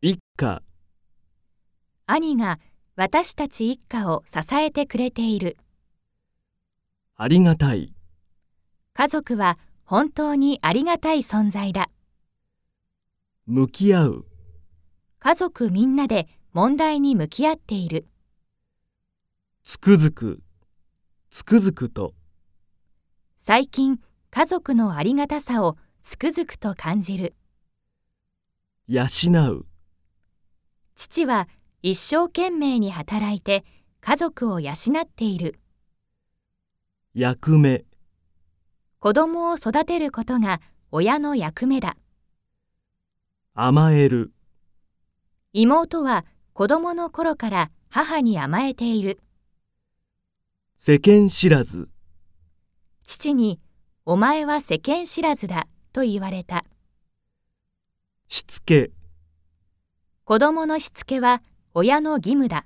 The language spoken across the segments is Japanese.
一家、兄が私たち一家を支えてくれているありがたい、家族は本当にありがたい存在だ向き合う、家族みんなで問題に向き合っているつくづく、つくづくと、最近家族のありがたさをつくづくと感じる養う、父は一生懸命に働いて家族を養っている役目、子供を育てることが親の役目だ甘える、妹は子供の頃から母に甘えている世間知らず、父に「お前は世間知らずだ」と言われたしつけ、子供のしつけは親の義務だ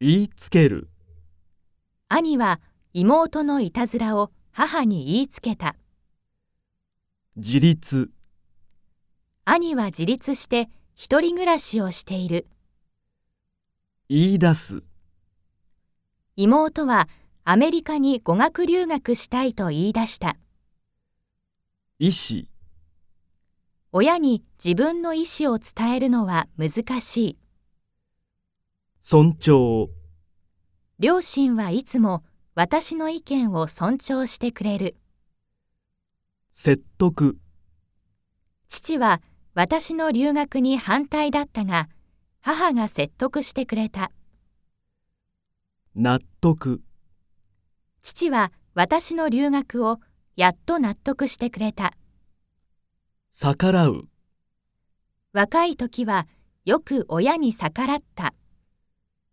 言いつける、兄は妹のいたずらを母に言いつけた自立、兄は自立して一人暮らしをしている言い出す、妹はアメリカに語学留学したいと言い出した意思、親に自分の意思を伝えるのは難しい尊重、両親はいつも私の意見を尊重してくれる説得、父は私の留学に反対だったが母が説得してくれた納得、父は私の留学をやっと納得してくれた逆らう、若い時はよく親に逆らった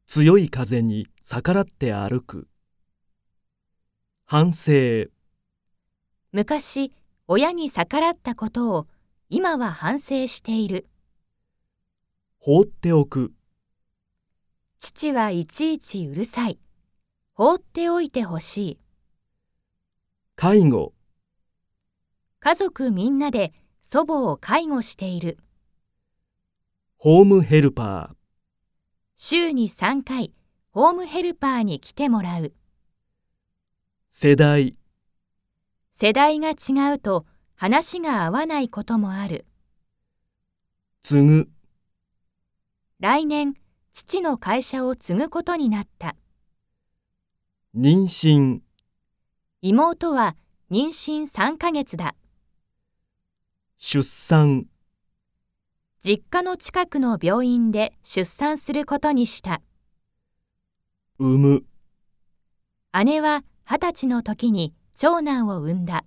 強い風に逆らって歩く。反省、昔親に逆らったことを今は反省している放っておく、父はいちいちうるさい放っておいてほしい介護、家族みんなで祖母を介護しているホームヘルパー、週に3回ホームヘルパーに来てもらう世代、世代が違うと話が合わないこともある継ぐ、来年父の会社を継ぐことになった妊娠、妹は妊娠3ヶ月だ出産、実家の近くの病院で出産することにした産む。姉は20歳の時に長男を産んだ